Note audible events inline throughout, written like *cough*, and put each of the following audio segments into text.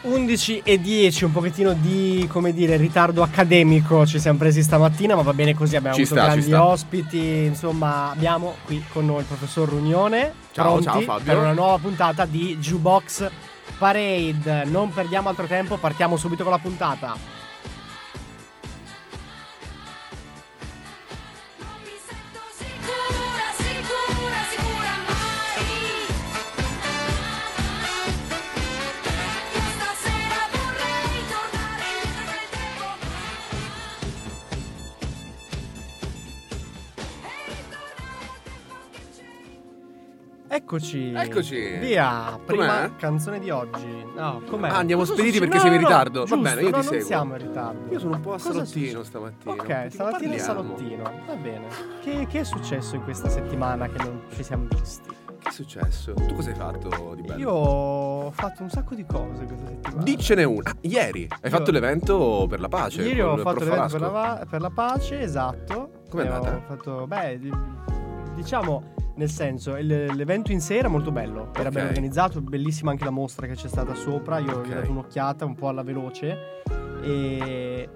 11 e 10, un pochettino di come dire, ritardo accademico ci siamo presi stamattina, ma va bene così, abbiamo Ci avuto sta, ci grandi sta. ospiti, insomma abbiamo qui con noi il professor Runione, Ciao, pronti ciao, Fabio. per una nuova puntata di Jukebox Parade, non perdiamo altro tempo, partiamo subito con la puntata. Non mi sento sicura, sicura, sicura mai Io stasera vorrei tornare indietro nel tempo E ritornare al tempo che c'era Eccoci. Eccoci. Via, prima Com'è? canzone di oggi. No, com'è? Ah, andiamo Cosa spediti succede? perché siamo in ritardo. Va giusto, bene, io no, ti non seguo. siamo in ritardo. Io sono un po' a Cosa salottino succede? stamattina. Ok, Di che stamattina è parliamo? salottino. Va bene. Che, che è successo in questa settimana che non ci siamo visti? Che è successo? Tu cosa hai fatto di bello? Io ho fatto un sacco di cose questa settimana. Diccene una. Ah, Ieri hai Io- fatto l'evento per la pace. Ieri ho col fatto prof l'evento per la, Alasco. va- per la pace, esatto. Com'è E andata? Ho fatto, beh, di- diciamo, nel senso, il- l'evento in sé era molto bello. Era Ok. ben organizzato, bellissima anche la mostra che c'è stata sopra. Io Ok. ho dato un'occhiata un po' alla veloce. E.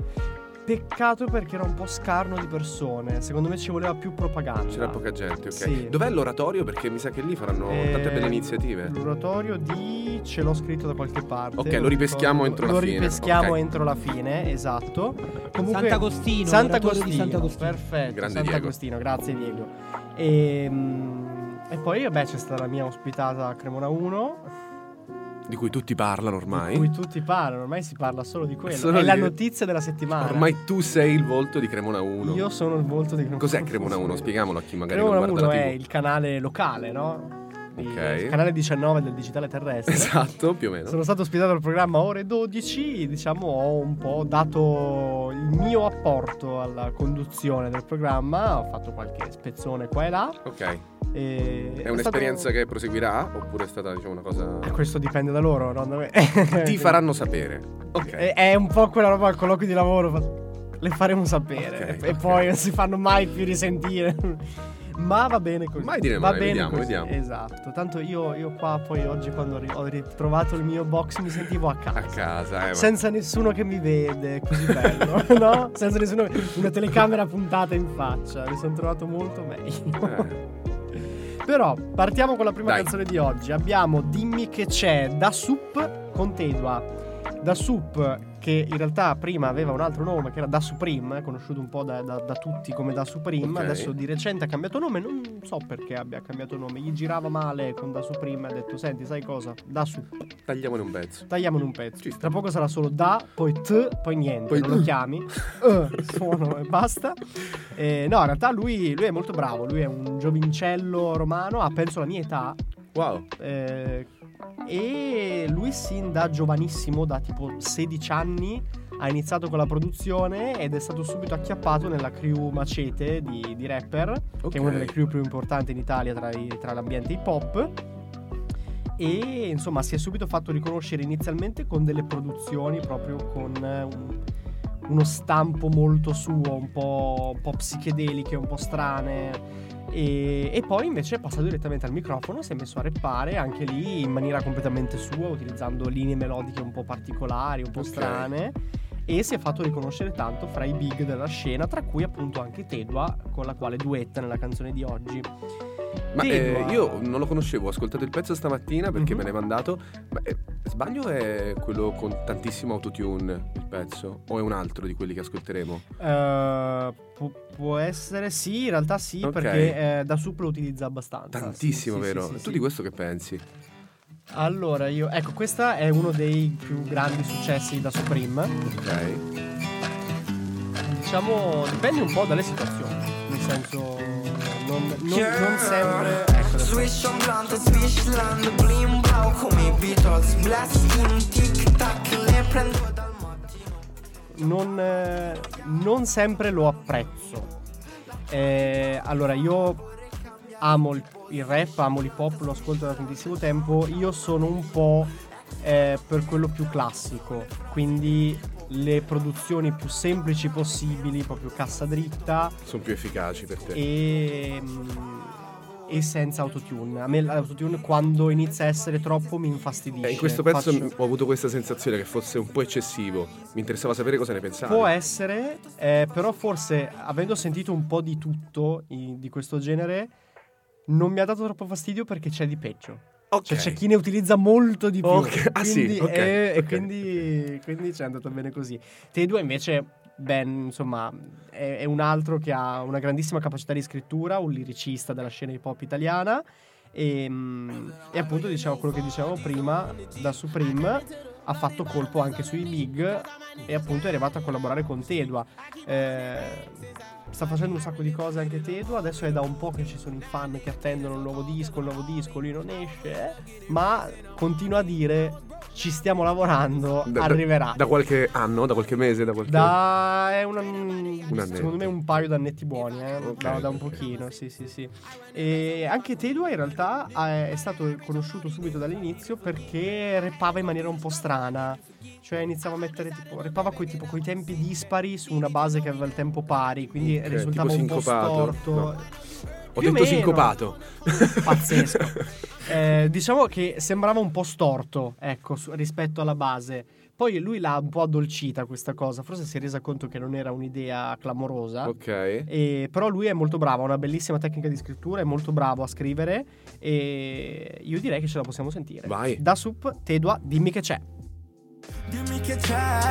Peccato perché era un po' scarno di persone. Secondo me ci voleva più propaganda. C'era poca gente, ok. Sì. Dov'è l'oratorio? Perché mi sa che lì faranno tante Ehm, belle iniziative. L'oratorio di ce l'ho scritto da qualche parte. Ok, lo non ripeschiamo entro la lo fine, ripeschiamo ok. entro la fine, esatto. Comunque Sant'Agostino, l'oratorio di Sant'Agostino. perfetto, Grande Sant'Agostino, grazie Diego. Ehm, E, poi vabbè c'è stata la mia ospitata a Cremona 1, Di cui tutti parlano di cui ormai. tutti parlano, ormai si parla solo di quello. Solo È di- la notizia della settimana. Ormai tu sei il volto di Cremona 1. io sono il volto di Cremona Cos'è Cremona 1? Spiegamolo a chi magari Cremona non 1 guarda è la TV. il canale locale, no? Di- Ok. Il canale 19 del digitale terrestre. *laughs* Esatto, più o meno. Sono stato ospitato al programma Ore 12, diciamo ho un po' dato il mio apporto alla conduzione del programma, ho fatto qualche spezzone qua e là. Ok. E È un'esperienza che proseguirà? Oppure è stata, diciamo, una cosa. che... Questo dipende da loro, non da me. Ti faranno sapere. Ok. È, *laughs* è un po' quella roba al colloquio di lavoro, fa- le faremo sapere Ok, e ok. poi non si fanno mai più risentire. *laughs* Ma va bene così. Mai dire va mai, bene vediamo, così. vediamo. Esatto. Tanto io, io qua poi oggi quando ri- ho ritrovato il mio box mi sentivo a casa. A casa, eh. ma- Senza nessuno che mi vede, così *laughs* bello, no? Senza nessuno, una telecamera puntata in faccia, mi sono trovato molto meglio. Eh, Però partiamo con la prima Dai. canzone di oggi. Abbiamo Dimmi che c'è da Sup con Tedua. Da Sup, che in realtà prima aveva un altro nome, che era Da Supreme, eh, conosciuto un po' da, da- da tutti come Da Supreme, Ok. adesso di recente ha cambiato nome, non so perché abbia cambiato nome, gli girava male con Da Supreme, ha detto senti sai cosa, Da Sup Tagliamone un pezzo. Tagliamone un pezzo. Ci sta. Tra poco sarà solo da, poi t, poi niente. Poi non lo *laughs* chiami. Eh, suono e basta. Eh, no, in realtà lui, lui è molto bravo. Lui è un giovincello romano, ha penso la mia età. Wow. eh, e lui sin da giovanissimo, da tipo 16 anni, ha iniziato con la produzione ed è stato subito acchiappato nella crew Macete di, di rapper Ok. che è una delle crew più importanti in Italia tra, i- tra l'ambiente hip hop. E insomma si è subito fatto riconoscere inizialmente con delle produzioni proprio con eh, un- uno stampo molto suo, un po', un po' psichedeliche, un po' strane. E, e poi invece è passato direttamente al microfono, si è messo a rappare anche lì in maniera completamente sua, utilizzando linee melodiche un po' particolari, un po' Ok. strane. E si è fatto riconoscere tanto fra i big della scena, tra cui appunto anche Tedua, con la quale duetta nella canzone di oggi. Ma Tedua- eh, io non lo conoscevo, ho ascoltato il pezzo stamattina perché Mhm. me l'hai mandato. Ma, eh, sbaglio è quello con tantissimo autotune il pezzo? O è un altro di quelli che ascolteremo? Ah, Eh, pu- può essere sì, in realtà sì, Ok. perché eh, da sup lo utilizza abbastanza. Tantissimo, Sì, sì, vero? sì, sì, tu sì. di questo che pensi? Allora, io ecco, questa è uno dei più grandi successi da Supreme. Ok. Diciamo, dipende un po' dalle situazioni, nel senso non, non- non sempre ecco, adesso- Swish on blunt, Swishland, blim blau come i Beatles Blast in un tic tac, le prendo dal mattino non, eh, non sempre lo apprezzo. Eh, allora, io amo il, il rap, amo l'hip hop, lo ascolto da tantissimo tempo. Io sono un po' eh, per quello più classico, quindi le produzioni più semplici possibili, proprio cassa dritta Sono più efficaci per te. e, mm, e e senza autotune. A me l'autotune quando inizia a essere troppo mi infastidisce. Eh, in questo pezzo Faccio- ho avuto questa sensazione che fosse un po' eccessivo. Mi interessava sapere cosa ne pensavi. Può essere, eh, però forse avendo sentito un po' di tutto i- di questo genere, non mi ha dato troppo fastidio perché c'è di peggio. Ok. Cioè c'è chi ne utilizza molto di più. Ok, ah, sì, Quindi- ok, eh, E, ok, quindi, quindi ci è andato bene così. Te 2 invece, ben, insomma, è, è un altro che ha una grandissima capacità di scrittura, un liricista della scena hip hop italiana. E, mm, e appunto diciamo quello che dicevamo prima da Supreme ha fatto colpo anche sui big e appunto è arrivato a collaborare con Tedua Eh, sta facendo un sacco di cose anche Tedua adesso è da un po' che ci sono i fan che attendono un nuovo disco un nuovo disco lui non esce eh, ma continua a dire ci stiamo lavorando Da- da- arriverà Da qualche anno, da qualche mese, da qualche... da è un, annetto. secondo me un paio d'annetti buoni, eh. Ok, da, da un ok. pochino, sì, sì, sì. E anche Tedua in realtà è è stato conosciuto subito dall'inizio perché repava in maniera un po' strana. Cioè iniziava a mettere tipo repava coi, tipo, coi tempi dispari su una base che aveva il tempo pari, quindi Ok, risultava tipo un po' sincopato? storto. No. Ho Più o detto meno. sincopato. Pazzesco. Eh, diciamo che sembrava un po' storto, ecco, su- rispetto alla base. Poi lui l'ha un po' addolcita questa cosa, forse si è resa conto che non era un'idea clamorosa. *laughs* ok. E- però lui è molto bravo, ha una bellissima tecnica di scrittura, è molto bravo a scrivere e io direi che ce la possiamo sentire. Vai. Da Sup, Tedua, dimmi che c'è. Dimmi che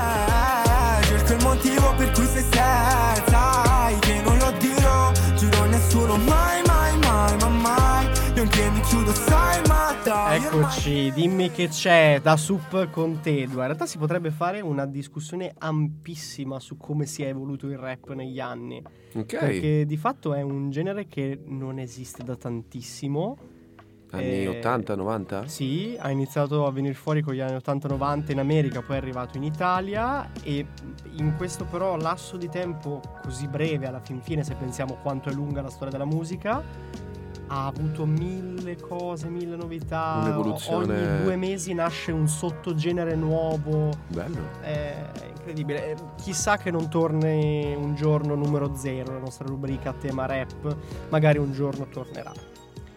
c'è, cerco il motivo per cui sei sad, sai che non lo dirò, giuro a nessuno mai, mai, mai, ma mai, io anche mi chiudo, sai, ma dai, ormai- Eccoci, dimmi che c'è da Sup con Tedua. In realtà si potrebbe fare una discussione ampissima su come si è evoluto il rap negli anni. Ok. Perché di fatto è un genere che non esiste da tantissimo. Anni eh, 80, 90? Sì, ha iniziato a venire fuori con gli anni 80-90 in America, poi è arrivato in Italia e in questo però lasso di tempo così breve alla fin fine, se pensiamo quanto è lunga la storia della musica, ha avuto mille cose, mille novità. Un'evoluzione- Ogni due mesi nasce un sottogenere nuovo. Bello. È incredibile. Eh, Chissà che non torni un giorno numero zero la nostra rubrica a tema rap. Magari un giorno tornerà.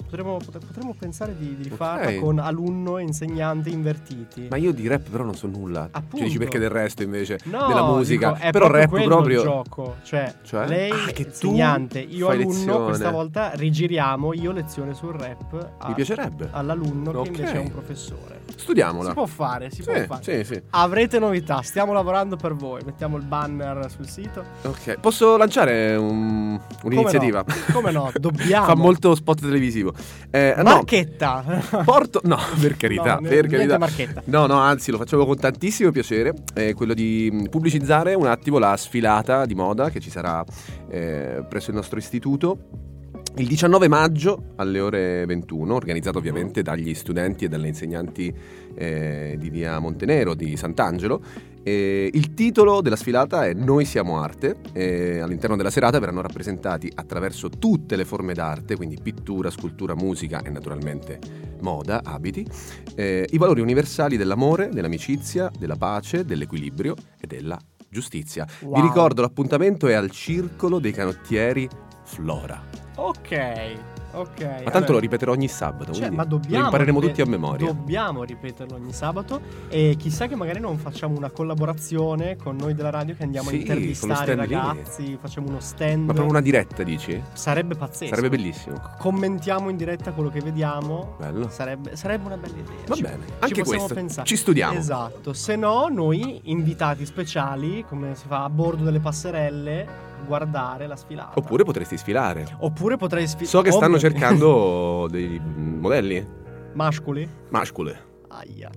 Potremmo, pot- potremmo pensare di, di rifarla Ok. con alunno e insegnante invertiti. Ma io di rap però non so nulla. Appunto. Cioè dici perché del resto invece No, della musica. dico, è però proprio rap quello proprio... il gioco. Cioè, Cioè? lei Ah, che tu insegnante, io fai alunno, lezione. questa volta rigiriamo io lezione sul rap a- Mi piacerebbe. all'alunno Ok. che invece è un professore. Studiamola. Si può fare, si Sì, può fare. sì, sì. Avrete novità, stiamo lavorando per voi. Mettiamo il banner sul sito. Ok, posso lanciare un- un'iniziativa? no? Come *laughs* no? Dobbiamo. Fa molto spot televisivo. Eh, Marchetta! No, porto... No, per carità, No, n- per niente carità. marchetta. No, no, anzi, lo facciamo con tantissimo piacere. eh, quello di mh, pubblicizzare un attimo la sfilata di moda che ci sarà eh, presso il nostro istituto. Il 19 maggio alle ore 21, organizzato ovviamente dagli studenti e dalle insegnanti eh, di via Montenero, di Sant'Angelo. Eh, il titolo della sfilata è Noi siamo arte. e all'interno della serata verranno rappresentati attraverso tutte le forme d'arte, quindi pittura, scultura, musica e naturalmente moda, abiti, eh, i valori universali dell'amore, dell'amicizia, della pace, dell'equilibrio e della giustizia. Wow. Vi ricordo l'appuntamento è al Circolo dei Canottieri Flora. Eh, Ok, ok. Ma tanto lo ripeterò ogni sabato, Cioè, quindi ma dobbiamo lo impareremo ripet- tutti a memoria. Dobbiamo ripeterlo ogni sabato e chissà che magari non facciamo una collaborazione con noi della radio che andiamo Sì, a intervistare i con lo stand lì. ragazzi, facciamo uno stand. Ma proprio una diretta, dici? Sarebbe pazzesco. Sarebbe bellissimo. Commentiamo in diretta quello che vediamo. Bello. Sarebbe, sarebbe una bella idea. Va Ci- bene, ci anche possiamo questo. pensare. Ci studiamo. Esatto, se no noi invitati speciali, come si fa a bordo delle passerelle, guardare la sfilata. Oppure potresti sfilare. Oppure potrei sfidare. So che stanno cercando dei modelli *laughs* Mascoli? mascule. Aia.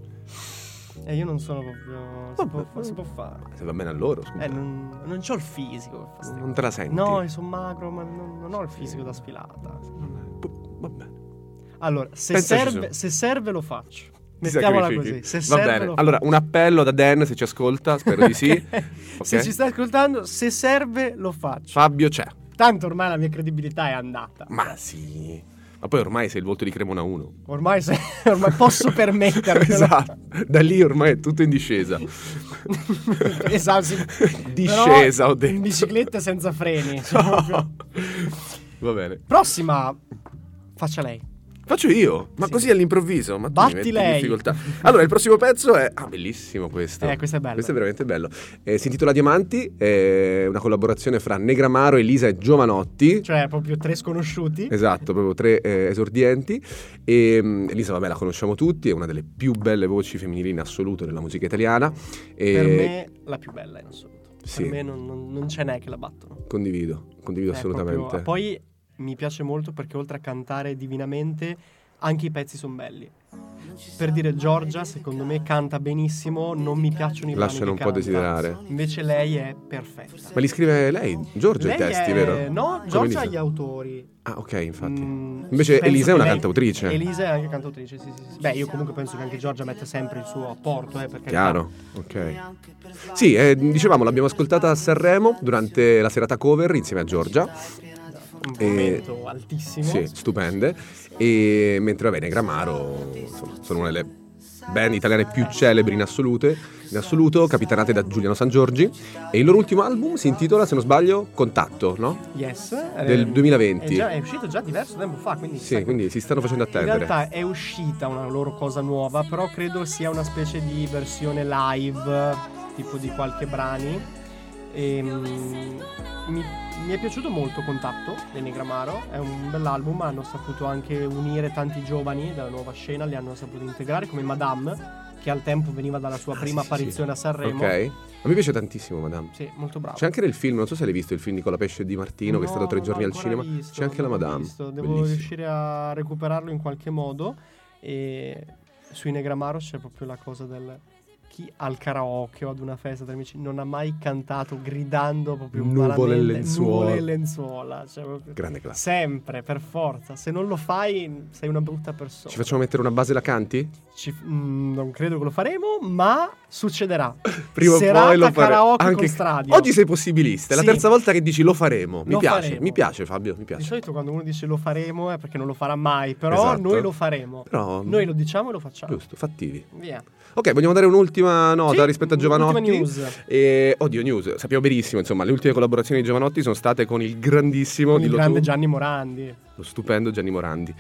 E io non sono proprio. Si, Vabbè, può, si può fare. Se va bene a loro, scusa. Eh, non, non ho il fisico per fare ste Non te la senti. cose. No, io sono magro, ma non, non ho il fisico da sfilata. P- Va bene. Allora, se Pensaci serve, se serve lo faccio. Ti Mettiamola sacrifichi. così. Se Va serve bene. lo Allora, un appello da Dan se ci ascolta, spero di *laughs* sì. faccio. Ok? Se ci stai ascoltando, se serve lo faccio. Fabio c'è. Tanto ormai la mia credibilità è andata. Ma sì. Ma poi ormai sei il volto di Cremona 1. Ormai, se- *laughs* ormai *laughs* posso permettermi. esatto. Da lì ormai è tutto in discesa. *laughs* esatto. *laughs* sì. Discesa, Però ho detto. In *laughs* bicicletta senza freni. No. Va bene. Prossima Faccia lei. Faccio io, ma Sì. così all'improvviso. Ma tu mi Batti metti in lei. difficoltà. Allora, il prossimo pezzo è. Ah, bellissimo questo. Eh, questo è bello. Questo è veramente bello. Eh, si intitola Diamanti, è una collaborazione fra Negramaro, Elisa e Giovanotti. Cioè, proprio tre sconosciuti. Esatto, proprio tre eh, esordienti. E, mm, Elisa, vabbè, la conosciamo tutti, è una delle più belle voci femminili in assoluto della musica italiana. E Per me la più bella in assoluto. Sì. Per me non, non- non ce n'è che la battono. condivido, condivido È assolutamente. proprio- Poi mi piace molto perché oltre a cantare divinamente, anche i pezzi sono belli. Per dire Giorgia, secondo me canta benissimo, non mi piacciono i brani Lasciano che un po' canta. desiderare. Invece lei è perfetta. Ma li scrive lei, Giorgio, i Lei testi, è- vero? No, Come Giorgia ha Elisa. gli autori. Ah, ok, infatti. Mm, Invece penso Elisa è che una lei- cantautrice. Elisa è anche cantautrice, sì, sì, sì. Beh, io comunque penso che anche Giorgia metta sempre il suo apporto, eh, perché Chiaro, ok. Sì, eh, dicevamo, l'abbiamo ascoltata a Sanremo durante la serata cover insieme a Giorgia. un E- momento altissimo. Sì, stupende. E mentre vabbè, Negramaro insomma, sono una delle band italiane più celebri in, assolute, in assoluto, capitanate da Giuliano Sangiorgi. E il loro ultimo album si intitola, se non sbaglio, Contatto, no? Yes. Del ehm, 2020. È, già- è uscito già diverso tempo fa, quindi... Sì, sai- quindi si stanno facendo In attendere. realtà è uscita una loro cosa nuova, però credo sia una specie di versione live, tipo di qualche brani. Ehm, mi, mi è piaciuto molto Contatto dei Negramaro, è un bell'album, hanno saputo anche unire tanti giovani della nuova scena, li hanno saputo integrare come Madame, che al tempo veniva dalla sua Ah, prima sì, sì, apparizione a Sanremo. Ok. Ma mi piace tantissimo, madame. Sì, molto bravo. C'è anche nel film, non so se l'hai visto, il film di Nicola Pesce e Di Martino, che è No, stato tre non giorni l'ho al ancora cinema. visto, C'è anche la non l'ho Madame. visto. Devo Bellissimo. riuscire a recuperarlo in qualche modo. E sui Negramaro c'è proprio la cosa del chi al karaoke o ad una festa tra amici non ha mai cantato gridando proprio Nuvole e malamente, lenzuola. nuvole e lenzuola. Cioè, proprio- Grande classe. Sempre, per forza. Se non lo fai, sei una brutta persona. Ci facciamo mettere una base la canti? Ci- mm, non credo che lo faremo, ma succederà. *coughs* Prima o Serata poi lo faremo. karaoke con Stradio. Oggi sei possibilista, è la Sì. terza volta che dici lo faremo. Mi Lo piace, faremo. mi piace Fabio, mi piace. Di solito quando uno dice lo faremo è perché non lo farà mai, però Esatto. noi lo faremo. Però- Noi lo diciamo e lo facciamo. Giusto, fattivi. Via. Ok, vogliamo dare un'ultima nota Sì, rispetto a un'ultima Giovanotti. news. E, oddio, news. Sappiamo benissimo, insomma, le ultime collaborazioni di Giovanotti sono state con il grandissimo, Con il dillo grande tu, Gianni Morandi. lo stupendo Gianni Morandi.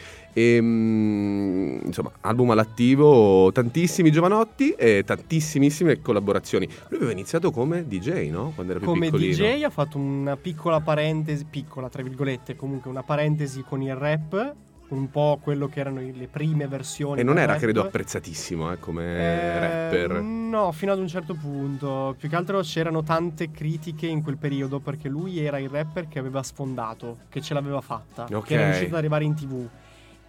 Ehm, insomma, album all'attivo, tantissimi Giovanotti e tantissimissime collaborazioni. Lui aveva iniziato come DJ, no? Quando era più Come piccolino. DJ ha fatto una piccola parentesi, piccola tra virgolette, comunque una parentesi con il rap, un po' quello che erano i- le prime versioni. E non del era, rap. credo, apprezzatissimo eh, come Eh, rapper. No, fino ad un certo punto. Più che altro c'erano tante critiche in quel periodo perché lui era il rapper che aveva sfondato, che ce l'aveva fatta, Ok. che era riuscito ad arrivare in tv.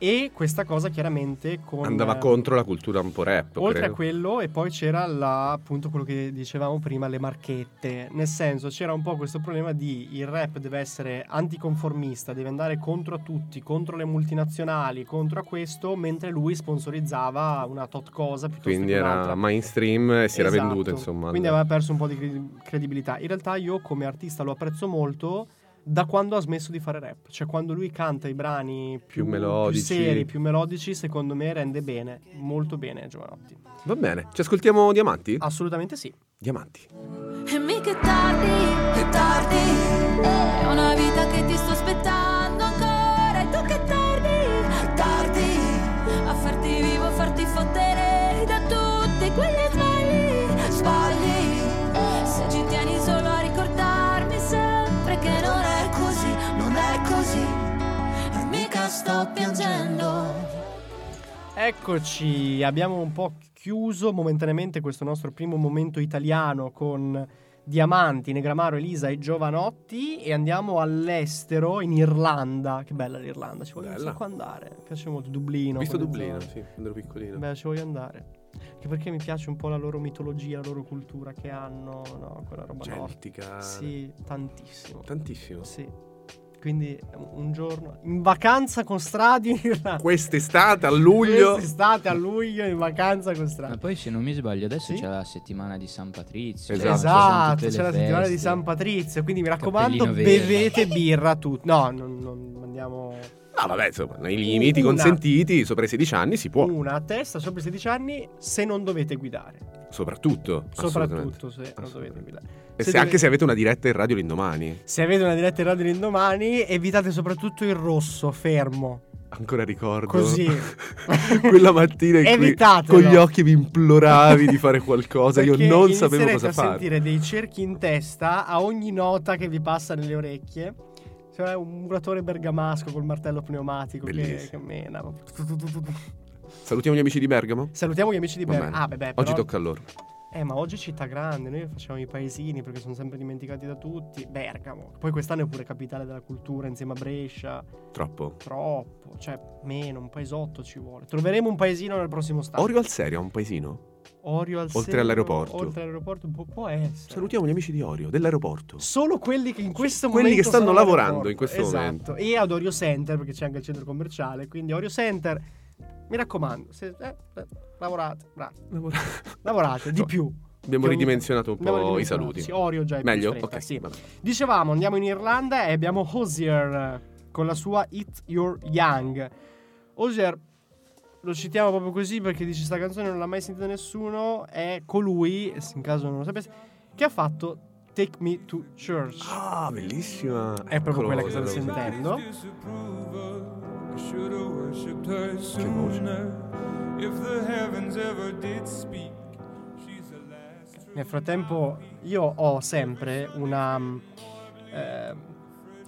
E questa cosa chiaramente con... Andava eh, contro la cultura un po' rap. Oltre credo. a quello, e poi c'era la- appunto quello che dicevamo prima, le marchette. Nel senso, c'era un po' questo problema di il rap deve essere anticonformista, deve andare contro a tutti, contro le multinazionali, contro a questo, mentre lui sponsorizzava una tot cosa piuttosto Quindi che era un'altra. mainstream e si era Esatto. venduto, insomma. Quindi al- aveva perso un po' di cre- credibilità. In realtà io come artista lo apprezzo molto da quando ha smesso di fare rap. Cioè quando lui canta i brani più, melodici. più seri, più melodici, secondo me rende bene, molto bene Giovanotti. Va bene, ci ascoltiamo Diamanti? Assolutamente sì. Diamanti. E mica è tardi, è tardi. È una vita che ti sto aspettando ancora. E tu che tardi, tardi. A farti vivo, a farti fottere da tutti quegli sbagli, sbagli. Se ci tieni solo a ricordarmi sempre che non è così, non è così. E mica sto piangendo. Eccoci, abbiamo un po' chiuso momentaneamente questo nostro primo momento italiano con Diamanti, Negramaro, Elisa e Giovanotti e andiamo all'estero, in Irlanda. Che bella l'Irlanda, ci voglio un Bella. sacco andare. Mi piace molto Dublino. Ho visto quelle Dublino, zone. sì, quando ero piccolino. Beh, ci voglio andare. Anche perché mi piace un po' la loro mitologia, la loro cultura che hanno, no, quella roba nordica. Celtica. Sì, tantissimo. Tantissimo. Sì. Quindi eh, un giorno in vacanza con Stradio in Irlanda. Quest'estate, a luglio. Quest'estate a luglio in vacanza con Ma Stradio. poi se non mi sbaglio adesso Sì? c'è la settimana di San Patrizio. Esatto. cioè, ci sono Esatto, tutte le c'è la settimana di feste. San Patrizio, quindi mi raccomando Cappellino verde. bevete birra tutti. No, non, non andiamo No, vabbè, insomma, nei limiti Una. consentiti, sopra i 16 anni si può. una a testa sopra i 16 anni se non dovete guidare, Soprattutto. assolutamente. soprattutto se non dovete Assolutamente. guidare. E Se se- anche dovete- se avete una diretta in radio l'indomani. Se avete una diretta in radio l'indomani, evitate soprattutto il rosso fermo. Ancora ricordo. Così. *laughs* Quella mattina in cui Evitatelo. con gli occhi mi imploravi di fare qualcosa, io Perché non sapevo inizierete cosa a fare. sentire dei cerchi in testa a ogni nota che vi passa nelle orecchie. Cioè un muratore bergamasco col martello pneumatico che, Bellissimo. che mena. Salutiamo gli amici di Bergamo. Salutiamo gli amici di Va Bergamo. bene. Ah, beh, beh, Oggi però- tocca a loro. Eh, ma oggi è città grande, noi facciamo i paesini perché sono sempre dimenticati da tutti. Bergamo. Poi quest'anno è pure capitale della cultura insieme a Brescia. Troppo. Troppo, cioè meno, un paesotto ci vuole. Troveremo un paesino nel prossimo stato. Orio al serio, ha un paesino. Orio al Oltre Seno, all'aeroporto. Oltre all'aeroporto può, può essere. Salutiamo gli amici di Orio, dell'aeroporto. Solo quelli che in questo Quelli momento che stanno sono all'aeroporto. lavorando in questo Esatto. momento. E ad Orio Center perché c'è anche il centro commerciale, quindi Orio Center mi raccomando, se- eh, eh, lavorate, bra- lavorate di No, più. Abbiamo Che- ridimensionato un abbiamo po' i ridimensionato, saluti. sì, Orio già è più Meglio? stretta, ok. sì. va bene. Dicevamo, andiamo in Irlanda e abbiamo Hozier eh, con la sua It's Your Young. Hozier, lo citiamo proprio così perché dice sta canzone non l'ha mai sentita nessuno, è colui, se in caso non lo sapesse, che ha fatto Take Me to Church. Ah, bellissima. È proprio Eccolo, quella che state eccolo. sentendo. Che voce. Nel frattempo io ho sempre una... mm, eh,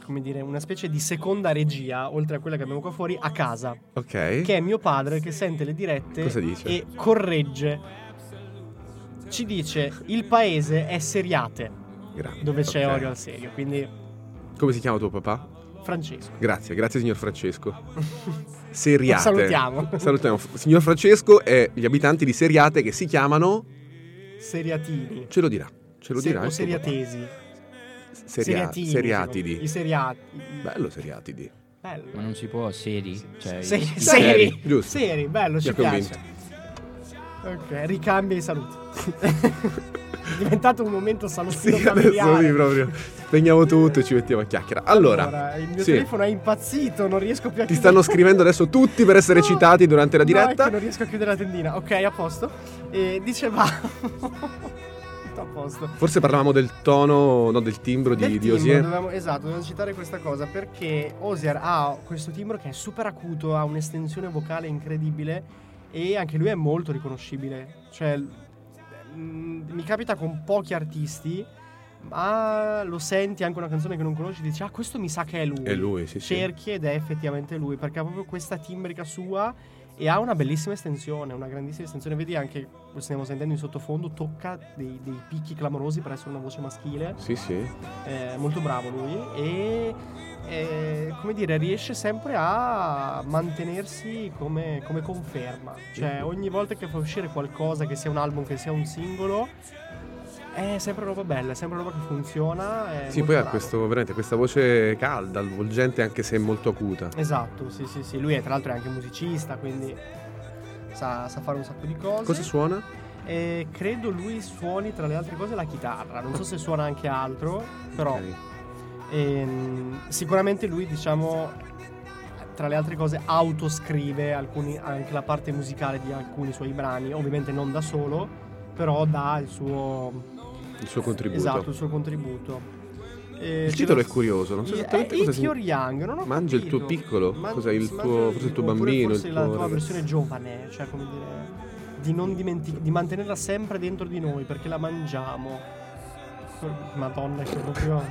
come dire, una specie di seconda regia, oltre a quella che abbiamo qua fuori, a casa. Ok. che è mio padre che sente le dirette Cosa dice? e corregge. Ci dice il paese è Seriate, Grande, dove c'è ok. Orio al serio, quindi Come si chiama tuo papà? Francesco. Grazie, grazie *laughs* signor Francesco. Seriate. Lo salutiamo. *laughs* Salutiamo. Signor Francesco e gli abitanti di Seriate che si chiamano... Seriatini. Ce lo dirà. Ce lo Se- dirà. o il tuo papà. seriatesi. Seria- seriatini. diciamo. secondo- I seriatidi. Mm. seriati. Bello seriatidi. Bello. Ma non si può, seri? Cioè, Se- i- i seri. Giusto. Seri, bello, Mi ci ha piace. convinto. Ok, ricambia i *laughs* saluti. è diventato un momento salustino Sì, adesso familiare. sì, proprio. Spegniamo tutto e ci mettiamo a chiacchiera. Allora, il mio sì, telefono è impazzito, non riesco più a ti stanno scrivendo adesso tutti per essere No. citati durante la No, è diretta. che non riesco a chiudere la tendina. Ok, a posto. E dicevamo. Tutto a posto. Forse parlavamo del tono, no, del timbro Del di, di timbro, Osier. dovevamo- esatto, dobbiamo citare questa cosa perché Osier ha questo timbro che è super acuto, ha un'estensione vocale incredibile e anche lui è molto riconoscibile. Cioè, l- mm, mi capita con pochi artisti, ma lo senti anche una canzone che non conosci e dici, ah, questo mi sa che è lui. È lui, sì, sì. cerchi ed è effettivamente lui perché ha proprio questa timbrica sua e ha una bellissima estensione, una grandissima estensione. Vedi anche, lo stiamo sentendo in sottofondo, tocca dei, dei picchi clamorosi per essere una voce maschile. Sì, sì. Eh, molto bravo lui e eh, come dire riesce sempre a mantenersi come, come conferma cioè ogni volta che fa uscire qualcosa che sia un album che sia un singolo è sempre roba bella è sempre roba che funziona è Sì, molto poi ha bravo. questo, veramente, questa voce calda, avvolgente, anche se molto acuta. esatto sì sì sì lui è, tra l'altro è anche musicista quindi sa, sa fare un sacco di cose Cosa suona? Eh, credo lui suoni tra le altre cose la chitarra non so se suona anche altro però Ok. Ehm, sicuramente lui, diciamo, tra le altre cose, autoscrive alcuni- anche la parte musicale di alcuni suoi brani, ovviamente non da solo, però dà il suo, Il suo contributo. esatto, il suo contributo. Eh, Il ce titolo lo- è curioso, non so Eh, esattamente eh, cosa Eat si- Your Young, non ho Mangia il capito. tuo piccolo? Man- Cos'è il mangia tuo- forse il tuo oppure bambino, il Forse la tuo tua ragazzo. versione giovane, cioè come dire, di, non dimentic- di mantenerla sempre dentro di noi perché la mangiamo. Madonna, che proprio. Non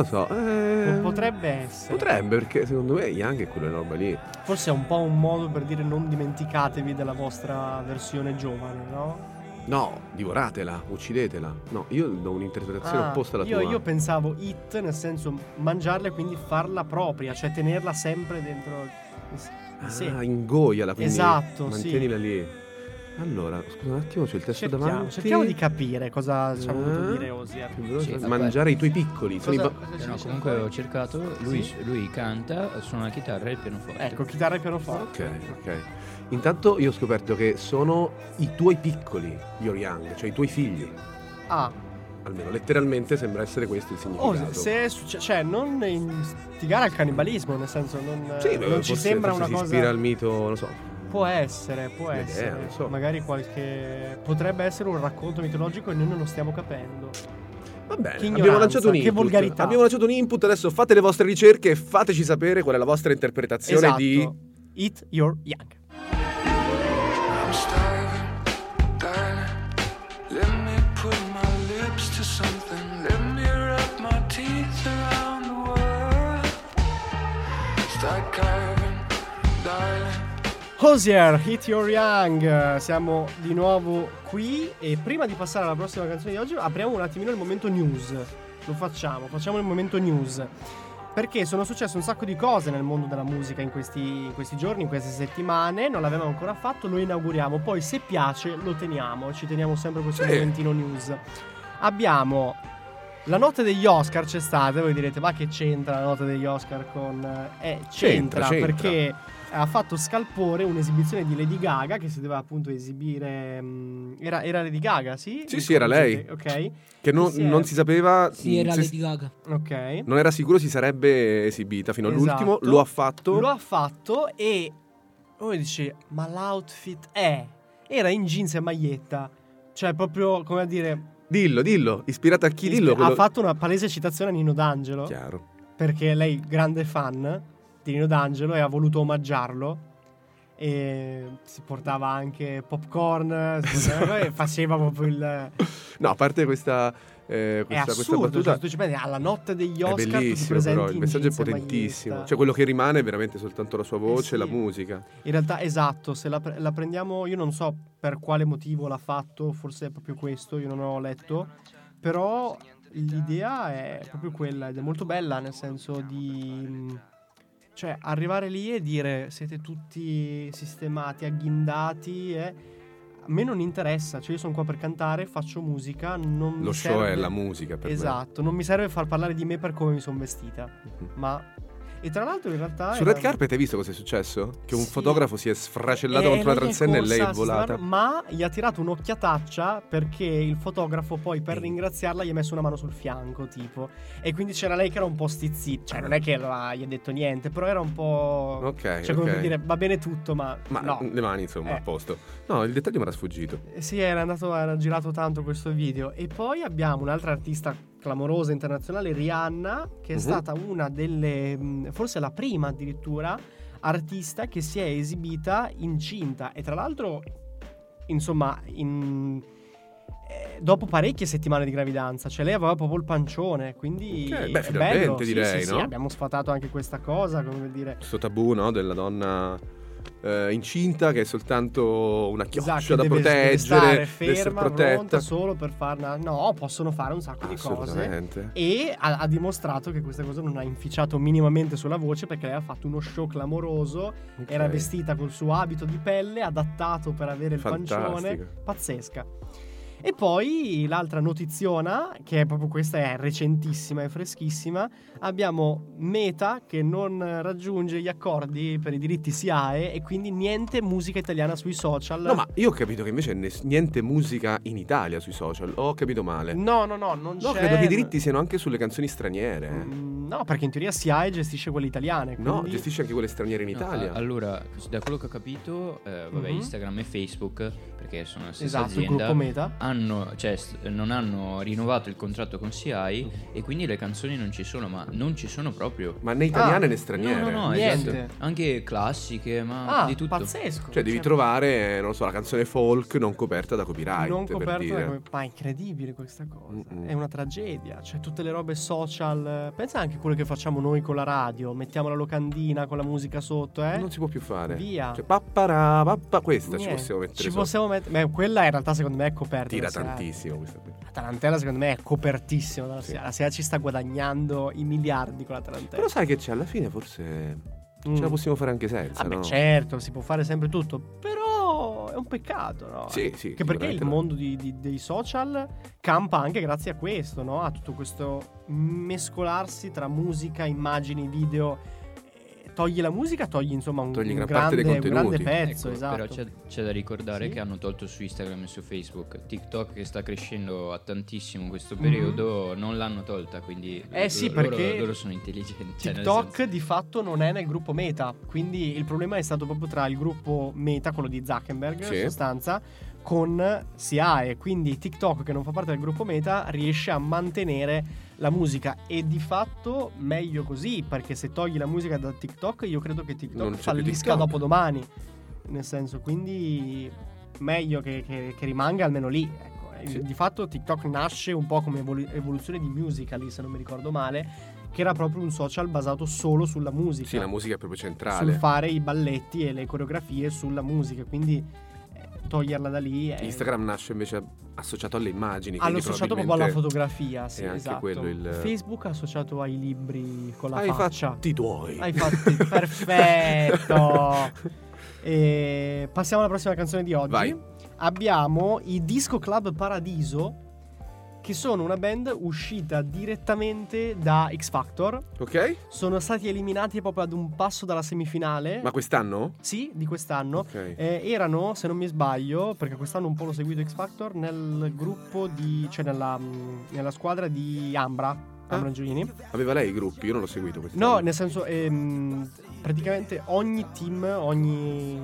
lo so. eh, potrebbe essere. Potrebbe, perché secondo me Young è quella roba lì. Forse è un po' un modo per dire non dimenticatevi della vostra versione giovane, no? No, divoratela, uccidetela. No, io do un'interpretazione Ah, opposta alla io, tua. io pensavo it nel senso mangiarla e quindi farla propria, cioè tenerla sempre dentro di s- di sé. Ah, ingoiala, quindi Esatto, sì. mantienila lì. Allora, scusa un attimo, c'è il testo cerchiamo, davanti. cerchiamo di capire cosa ci ha voluto Ah. dire Osier. Più veloce. Sì, vabbè. Mangiare i tuoi piccoli. Sono i Cosa- ba- cosa ci No, dice comunque ancora? ho cercato, lui, Sì? lui canta, suona la chitarra e il pianoforte. Ecco, chitarra e pianoforte. Ok, ok. Intanto io ho scoperto che sono i tuoi piccoli, your young, cioè i tuoi figli. Ah, Almeno letteralmente sembra essere questo il significato. Osier, Oh, se è succe- cioè non instigare al cannibalismo, nel senso non, Sì, beh, non ci forse- sembra forse una si cosa... ispira al mito, non lo so. Può essere, può Idea, essere. non so. Magari qualche. Potrebbe essere un racconto mitologico e noi non lo stiamo capendo. Va bene, Che ignoranza, abbiamo lanciato un che input. volgarità. Abbiamo lanciato un input, adesso fate le vostre ricerche e fateci sapere qual è la vostra interpretazione Esatto. di Eat Your Young. I'm starving, darling. Let me put my lips to something. Let me wrap my teeth around the world. Start carving, darling. Hosier, Hit Your Young, eh, siamo di nuovo qui e prima di passare alla prossima canzone di oggi apriamo un attimino il momento news. Lo facciamo, facciamo il momento news. Perché sono successe un sacco di cose nel mondo della musica in questi, in questi giorni, in queste settimane, non l'avevamo ancora fatto, lo inauguriamo, poi se piace lo teniamo, ci teniamo sempre questo Sì. momentino news. Abbiamo la notte degli Oscar, c'è stata, voi direte ma che c'entra la notte degli Oscar con... Eh, c'entra, C'entra, c'entra. perché ha fatto scalpore un'esibizione di Lady Gaga che si doveva appunto esibire. mh, era, era Lady Gaga, sì? Sì, sì, era lei. Ok, Che non, Sì, sì, era- non si sapeva. Sì, era se- Lady Gaga. ok. Non era sicuro si sarebbe esibita fino all'ultimo. Esatto. Lo ha fatto. Lo ha fatto e uno dice: Ma l'outfit è. Era in jeans e maglietta. Cioè, proprio come a dire. Dillo, dillo. Ispirata a chi? Dillo. ha quello- fatto una palese citazione a Nino D'Angelo. Chiaro. Perché lei, grande fan di Nino D'Angelo, e ha voluto omaggiarlo. E si portava anche popcorn. si Esatto. portava- e faceva proprio il. No, a parte questa, eh, È questa, questa assurdo, battuta. cioè, tu ci pensi, alla notte degli È Oscar tu ti bellissimo, presenti però il in messaggio è jeans e potentissimo. maglietta. Eh Cioè, quello che rimane è veramente soltanto la sua voce, sì. la musica. In realtà, esatto, se la, pre- la prendiamo, io non so per quale motivo l'ha fatto, forse è proprio questo, io non ho letto, però l'idea è proprio quella ed è molto bella nel senso di... mh, Cioè, arrivare lì e dire siete tutti sistemati, agghindati, eh, a me non interessa, cioè io sono qua per cantare, faccio musica, non mi Lo show serve- è la musica per Esatto, non mi serve far parlare di me per come mi sono vestita, me. ma... E tra l'altro in realtà... Sul era- Mm-hmm. red carpet hai visto cosa è successo? Che un Sì. fotografo si è sfracellato Eh, contro una lei è transenna e corsa lei a è volata. sistemare- Ma gli ha tirato un'occhiataccia perché il fotografo poi per ringraziarla gli ha messo una mano sul fianco, tipo. E quindi c'era lei che era un po' stizzita. Cioè, non è che la- gli ha detto niente, però era un po'. Ok, cioè, come ok. per dire, va bene tutto, ma. Ma no. le mani, insomma, Eh. a posto. No, il dettaglio mi era sfuggito. Eh, Sì, era andato, era girato tanto questo video. E poi abbiamo un'altra artista clamorosa internazionale, Rihanna, che è Mhm. stata una delle, mh, forse la prima addirittura, artista che si è esibita incinta. E tra l'altro, insomma, in- eh, dopo parecchie settimane di gravidanza, cioè lei aveva proprio il pancione, quindi... Ok, beh, è finalmente, bello. Sì, direi, sì, sì, no? abbiamo sfatato anche questa cosa, come dire... Questo tabù, no? Della donna eh, incinta che è soltanto una chioccia Esatto, da deve- deve proteggere, stare deve essere ferma, protetta. pronta solo per farla. No, possono fare un sacco di cose. Assolutamente. E ha, ha dimostrato che questa cosa non ha inficiato minimamente sulla voce perché lei ha fatto uno show clamoroso, era Ok. vestita col suo abito di pelle, adattato per avere il pancione, Fantastica. pazzesca. E poi l'altra notiziona, che è proprio questa è recentissima e freschissima, abbiamo Meta che non raggiunge gli accordi per i diritti SIAE e quindi niente musica italiana sui social. No, ma io ho capito che invece nes- niente musica in Italia sui social. Ho capito male. No, no, no, non No, c'è. credo che i diritti siano anche sulle canzoni straniere. eh. Mm, No, perché in teoria SIAE gestisce quelle italiane. No, quindi- gestisce anche quelle straniere in No, Italia. a- allora, da quello che ho capito, eh, vabbè, Mhm. Instagram e Facebook, perché sono la stessa Esatto, il azienda, gruppo Meta. hanno- cioè, s- non hanno rinnovato il contratto con CI e quindi le canzoni non ci sono, ma non ci sono proprio. Ma né italiane Ah, né straniere. No, no, no, Niente. esatto. Anche classiche, ma Ah, di tutto. pazzesco. Cioè, devi trovare, eh, non lo so, la canzone folk non coperta da copyright. non per coperto dire. Mm, da come- ma è incredibile questa cosa Mm-mm. è una tragedia cioè tutte le robe social eh, pensa anche a quello che facciamo noi con la radio mettiamo la locandina con la musica sotto eh Non si può più fare. Via. Cioè, pappara, pappa, questa Niente. ci possiamo mettere. ci sotto. possiamo mettere beh quella in realtà secondo me è coperta Tira dalla SEA. tantissimo questa qui. la tarantella secondo me è copertissima dalla Sì. SEA la SEA ci sta guadagnando i miliardi con la tarantella Però sai che c'è, alla fine forse Mm. ce la possiamo fare anche senza, Vabbè, no? certo, si può fare sempre tutto, però è un peccato, no? Sì, sì, Che perché il sicuramente no. mondo di- di- dei social campa anche grazie a questo, no? A tutto questo mescolarsi tra musica, immagini, video. Eh, Togli la musica, togli insomma un, Togli un gran parte grande, dei un grande contenuti. pezzo, Ecco, esatto. Però c'è, c'è da ricordare Sì. che hanno tolto su Instagram e su Facebook. TikTok che sta crescendo a tantissimo in questo periodo, non l'hanno tolta, quindi Mhm. Eh sì, loro, perché loro sono intelligenti. cioè, nel TikTok senso- di fatto non è nel gruppo Meta, quindi il problema è stato proprio tra il gruppo Meta, quello di Zuckerberg Sì. in sostanza, con SIAE, quindi TikTok che non fa parte del gruppo Meta riesce a mantenere la musica e di fatto meglio così perché se togli la musica da TikTok io credo che Non TikTok c'è più fallisca TikTok. dopo domani, nel senso quindi meglio che, che- che rimanga almeno lì. ecco. Eh, Sì. Di fatto TikTok nasce un po' come evolu- evoluzione di Musical.ly se non mi ricordo male, che era proprio un social basato solo sulla musica Sì, la musica è proprio sul centrale. fare i balletti e le coreografie sulla musica, quindi eh, toglierla da lì è Instagram nasce invece associato alle immagini. Allo quindi Eh, associato proprio alla probabilmente- fotografia, sì, è anche esatto. quello il- Ah, Facebook è associato ai libri con la Hai faccia. fatti tuoi. Hai fatti, perfetto. *laughs* E passiamo alla prossima canzone di oggi. Vai. Abbiamo i Disco Club Paradiso che sono una band uscita direttamente da X Factor. *laughs* ok? Sono stati eliminati proprio ad un passo dalla semifinale. Ma quest'anno? Sì, di quest'anno. Ok. Eh, erano, se non mi sbaglio, perché quest'anno un po' l'ho seguito X Factor, nel gruppo di. cioè nella, mh, nella squadra di Ambra. Ambra Ah. Angiolini. Aveva lei i gruppi, io non l'ho seguito quest'anno. No, nel senso, ehm, praticamente ogni team, ogni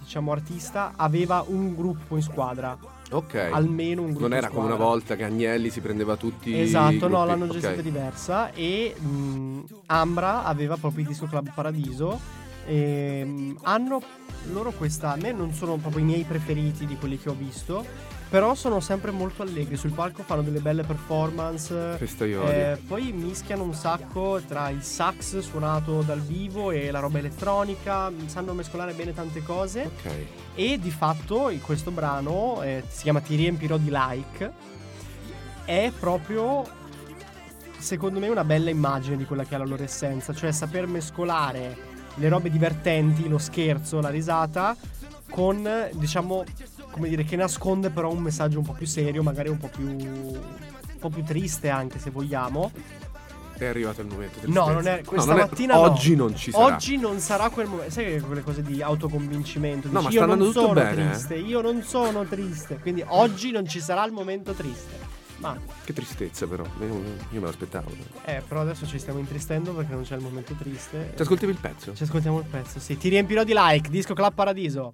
diciamo artista aveva un gruppo in squadra. Ok. Almeno un gruppo. non in era come una squadra. volta che Agnelli si prendeva tutti i Esatto, no, gruppi. l'hanno Ok. gestita diversa. E mh, Ambra aveva proprio il disco Club Paradiso. E, mh, hanno loro questa. A me non sono proprio i miei preferiti di quelli che ho visto. Però sono sempre molto allegri. Sul palco fanno delle belle performance. Festaioli. eh, poi mischiano un sacco tra il sax suonato dal vivo e la roba elettronica. Sanno mescolare bene tante cose. Ok. E di fatto in questo brano eh, si chiama Ti riempirò di like. È proprio, secondo me, una bella immagine di quella che è la loro essenza, cioè saper mescolare le robe divertenti, lo scherzo, la risata, con eh, diciamo, come dire, che nasconde però un messaggio un po' più serio, magari un po' più, un po' più triste anche se vogliamo. È arrivato il momento. del No, pezzo. non è, questa No, non è- mattina no. Oggi non ci sarà. Oggi non sarà quel momento. Sai che quelle cose di autoconvincimento? No, Dici, ma io sta non andando tutto sono bene, eh." triste, io non sono triste. Quindi oggi non ci sarà il momento triste. Ma Che tristezza però. Io, io me l'aspettavo. eh, però adesso ci stiamo intristendo perché non c'è il momento triste. Ti ascoltavi il pezzo? Ci ascoltiamo il pezzo, sì. Ti riempirò di like, disco Club Paradiso.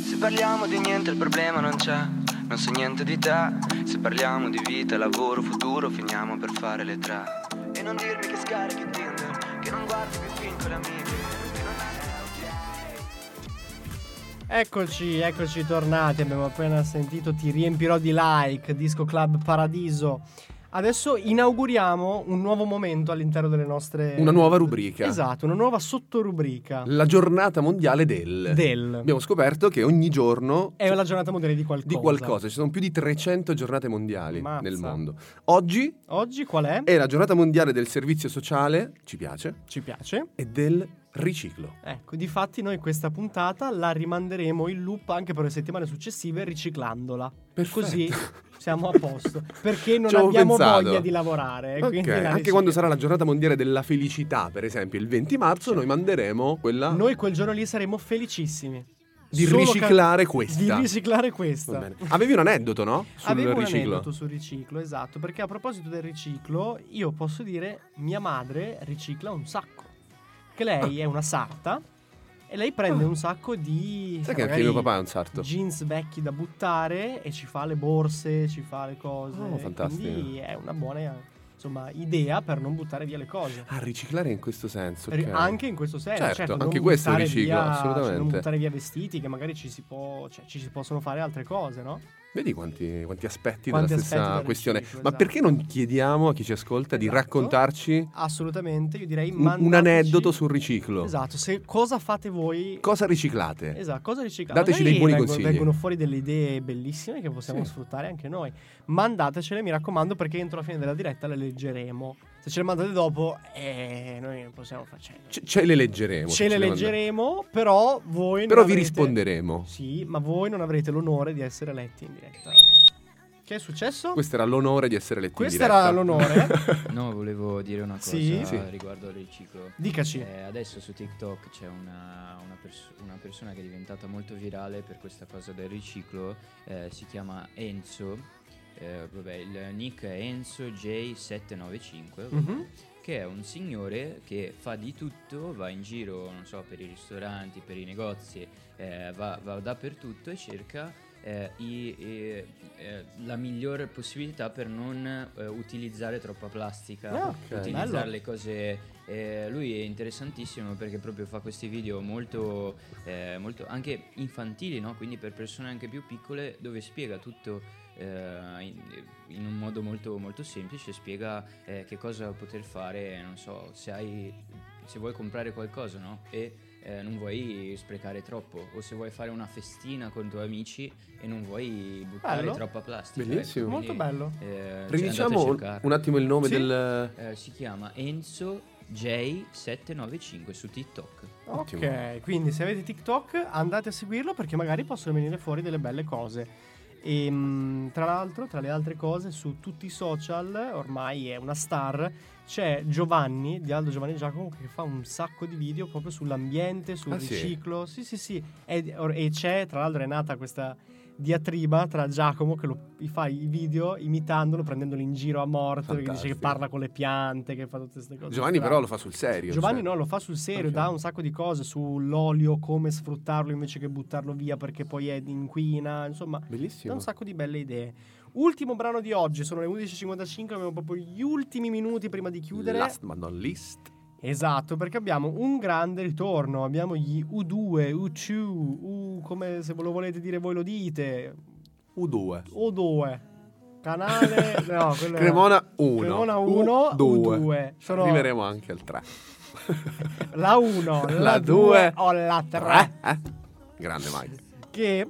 Se parliamo di niente il problema non c'è, non so niente di te. Se parliamo di vita, lavoro, futuro, finiamo per fare le tre. E non dirmi che scarichi Tinder, che non guardi più film con le amiche, che non Eccoci, eccoci tornati. Abbiamo appena sentito Ti riempirò di like, disco Club Paradiso. Adesso inauguriamo un nuovo momento all'interno delle nostre. Una nuova rubrica. Esatto, una nuova sottorubrica. La giornata mondiale del. Del. Abbiamo scoperto che ogni giorno È la giornata mondiale di qualcosa. di qualcosa. Ci sono più di 300 giornate mondiali Ammazza. nel mondo. Oggi Oggi qual è? è la giornata mondiale del servizio sociale, ci piace, Ci piace. e del riciclo. Ecco, difatti noi questa puntata la rimanderemo in loop anche per le settimane successive riciclandola. Perfetto. Così siamo a posto. Perché non Ci avevo abbiamo pensato. voglia di lavorare. Ok, Eh, quindi la Anche ricicliamo. quando sarà la giornata mondiale della felicità, per esempio, il 20 marzo, noi manderemo quella Noi quel giorno lì saremo felicissimi. di Solo ca- riciclare Di questa. riciclare questa. Va bene. Avevi un aneddoto, no? Sul Avevo un riciclo. aneddoto sul riciclo, esatto, perché a proposito del riciclo, io posso dire mia madre ricicla un sacco. Che lei è una sarta e lei prende un sacco di Sai che anche magari, mio papà è un sarto. jeans vecchi da buttare e ci fa le borse, ci fa le cose. Oh, fantastico. Quindi è una buona insomma, idea per non buttare via le cose. Ah, riciclare in questo senso. Per- ok. Anche in questo senso, Certo, certo, non anche questo è un buttare riciclo, via- assolutamente. cioè, non buttare via vestiti, che magari ci si, può, cioè, ci si possono fare altre cose, no? Vedi quanti, quanti aspetti Quanti della aspetti stessa del questione. riciclo, Ma esatto. perché non chiediamo a chi ci ascolta di Esatto. raccontarci Assolutamente, io direi un, un mandateci- aneddoto sul riciclo? Esatto, se cosa fate voi? Cosa riciclate? Esatto, cosa riciclate? Dateci Magari dei buoni vengono, consigli. Vengono fuori delle idee bellissime che possiamo Sì. sfruttare anche noi. Mandatecele, mi raccomando, perché entro la fine della diretta le leggeremo. Se ce le mandate dopo, eh, noi non possiamo farcela. Ce, ce le leggeremo. Ce le manda- leggeremo, però voi non Però vi avrete- risponderemo. Sì, ma voi non avrete l'onore di essere letti in diretta. Che è successo? Questo era l'onore di essere letto in Questo diretta. era *laughs* l'onore. No, volevo dire una cosa Sì? Sì. riguardo al riciclo. Dicaci. Eh, adesso su TikTok c'è una, una pers- una persona che è diventata molto virale per questa cosa del riciclo, eh, si chiama Enzo, eh, vabbè, il nick è Enzo J795, vabbè, Mhm. che è un signore che fa di tutto, va in giro, non so, per i ristoranti, per i negozi, eh, va, va dappertutto e cerca eh, i- e- eh, la miglior possibilità per non eh, utilizzare troppa plastica, Ah, ok. utilizzare Bello. le cose. eh, lui è interessantissimo perché proprio fa questi video molto, eh, molto anche infantili, no? quindi per persone anche più piccole, dove spiega tutto. eh, in, in un modo molto, molto semplice spiega eh, che cosa poter fare non so se hai se vuoi comprare qualcosa no? e eh, non vuoi sprecare troppo o se vuoi fare una festina con i tuoi amici e non vuoi buttare Bello. troppa plastica Bellissimo. ecco, Molto quindi, bello. diciamo eh, cioè, Ridiciamo andate a Diciamo un, cercare. un attimo il nome Sì. del... Eh, si chiama Enzo J795 su TikTok. Ottimo. Ok, quindi se avete TikTok andate a seguirlo perché magari possono venire fuori delle belle cose. E mh, tra l'altro, tra le altre cose, su tutti i social, ormai è una star, c'è Giovanni di Aldo Giovanni Giacomo che fa un sacco di video proprio sull'ambiente, sul Ah, sì? riciclo. Sì, sì, sì. E, or- e c'è, tra l'altro, è nata questa diatriba tra Giacomo che lo, gli fa i video imitandolo, prendendolo in giro a morte, che dice che Fantastico. parla con le piante, che fa tutte queste cose. Giovanni strane. però lo fa sul serio. Giovanni cioè. no, lo fa sul serio, Ok. dà un sacco di cose sull'olio, come sfruttarlo invece che buttarlo via perché poi è inquina, insomma, dà Bellissimo. un sacco di belle idee. Ultimo brano di oggi, sono le 11.55, abbiamo proprio gli ultimi minuti prima di chiudere. Last but not least. Esatto, perché abbiamo un grande ritorno, abbiamo gli U2, U2, U come se lo volete dire voi lo dite, U2. O2, canale... *laughs* no, quello è- Cremona 1. Cremona 1, U2. U2. Sono- Arriveremo anche al 3. La 1, la *laughs* La 2 due, o la 3. 3. Eh? Grande Mike. che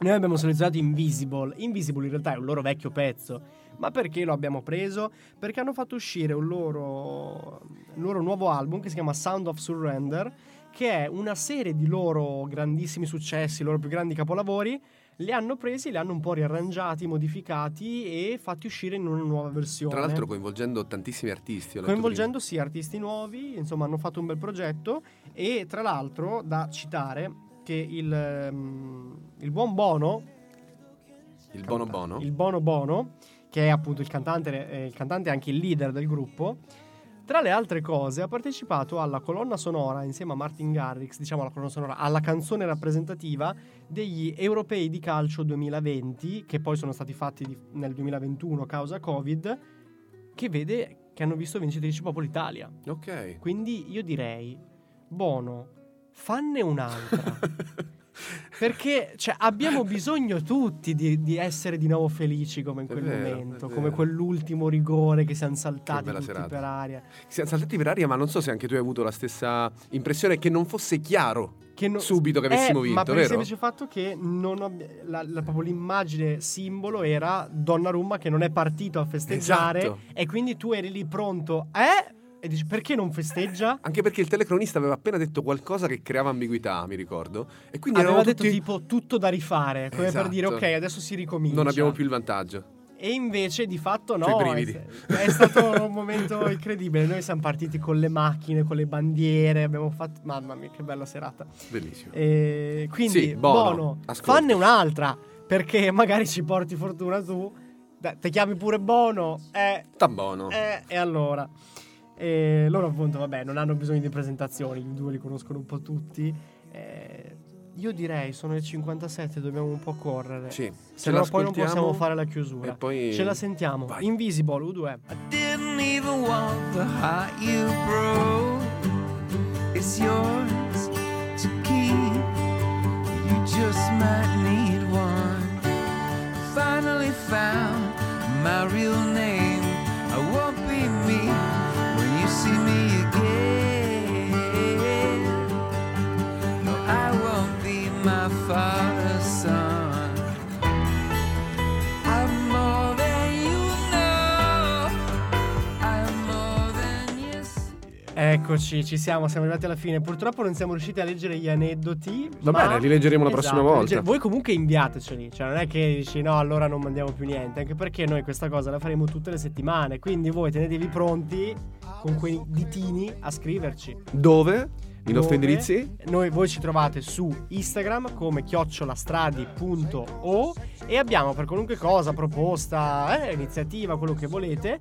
noi abbiamo selezionato Invisible. Invisible in realtà è un loro vecchio pezzo. Ma perché lo abbiamo preso? Perché hanno fatto uscire un loro, un loro nuovo album che si chiama Sound of Surrender, che è una serie di loro grandissimi successi, i loro più grandi capolavori. Li hanno presi, li hanno un po' riarrangiati, modificati e fatti uscire in una nuova versione. Tra l'altro coinvolgendo tantissimi artisti. ho letto Coinvolgendo sì artisti nuovi, insomma hanno fatto un bel progetto e tra l'altro da citare che il, ehm, il buon Bono, prima. Il Bono Bono. il Bono Bono, che è appunto il cantante, eh, il cantante e anche il leader del gruppo, tra le altre cose ha partecipato alla colonna sonora insieme a Martin Garrix, diciamo alla colonna sonora, alla canzone rappresentativa degli europei di calcio 2020, che poi sono stati fatti di- nel 2021 a causa Covid, che vede che hanno visto vincitrici proprio l'Italia. *laughs* Ok. Quindi io direi, Bono, fanne un'altra. *laughs* Perché cioè, abbiamo bisogno tutti di, di essere di nuovo felici come in È quel vero, è momento, vero. come quell'ultimo rigore che siamo saltati Che bella tutti serata. per aria. Siamo saltati per aria, ma non so se anche tu hai avuto la stessa impressione che non fosse chiaro Che no- subito che avessimo Eh, vinto, ma per il vero? semplice fatto che non abb- la- la- proprio l'immagine simbolo era Donnarumma che non è partito a festeggiare Esatto. e quindi tu eri lì pronto, eh? E dici perché non festeggia? Anche perché il telecronista aveva appena detto qualcosa che creava ambiguità, mi ricordo. E quindi Aveva eravamo detto tutti... tipo tutto da rifare, come per Esatto. dire ok adesso si ricomincia. Non abbiamo più il vantaggio. E invece di fatto no, Cioè, i brividi. è, è stato un momento incredibile. Noi siamo partiti con le macchine, con le bandiere, abbiamo fatto... Mamma mia, che bella serata. Bellissimo. E quindi, Sì, Bono, Bono, ascolta. fanne un'altra, perché magari ci porti fortuna tu. Dai, Ti chiami pure Bono, eh, Sta buono. eh, e allora? E loro appunto, vabbè, non hanno bisogno di presentazioni, i due li conoscono un po' tutti. Eh, io direi, sono le 57, dobbiamo un po' correre. Sì. Se Ce no la poi non ascoltiamo possiamo fare la chiusura. E poi... Ce la sentiamo. Vai. Invisible U2. I didn't even want the heart you broke. It's yours to keep. You just might need one. Finally found my real name. I won't be me when you see me again. No, I won't be my father's son. I'm more than you know. I'm more than you see. Eccoci, ci siamo, siamo arrivati alla fine. Purtroppo non siamo riusciti a leggere gli aneddoti. Va ma- bene, li leggeremo la prossima Esatto, volta. leggere- Voi comunque inviateceli, cioè non è che dici no, allora non mandiamo più niente, anche perché noi questa cosa la faremo tutte le settimane, quindi voi tenetevi pronti con quei ditini a scriverci. Dove? I nostri Dove? indirizzi? Noi voi ci trovate su Instagram come chiocciolastradi.o e abbiamo per qualunque cosa, proposta, eh, iniziativa, quello che volete,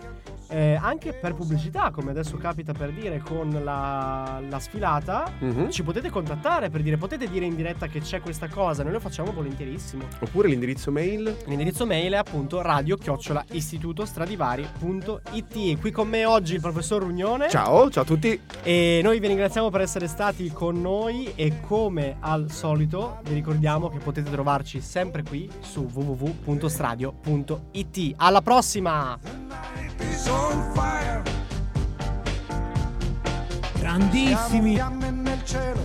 eh, anche per pubblicità, come adesso capita per dire con la, la sfilata, Mhm. ci potete contattare per dire, potete dire in diretta che c'è questa cosa, noi lo facciamo volentierissimo. Oppure l'indirizzo mail? L'indirizzo mail è appunto radio-istitutostradivari.it. Qui con me oggi il professor Rugnone. Ciao, ciao a tutti. E noi vi ringraziamo per essere stati con noi e come al solito vi ricordiamo che potete trovarci sempre qui su www.stradio.it. Alla prossima! It's on fire, Grandissimi. fiamme nel cielo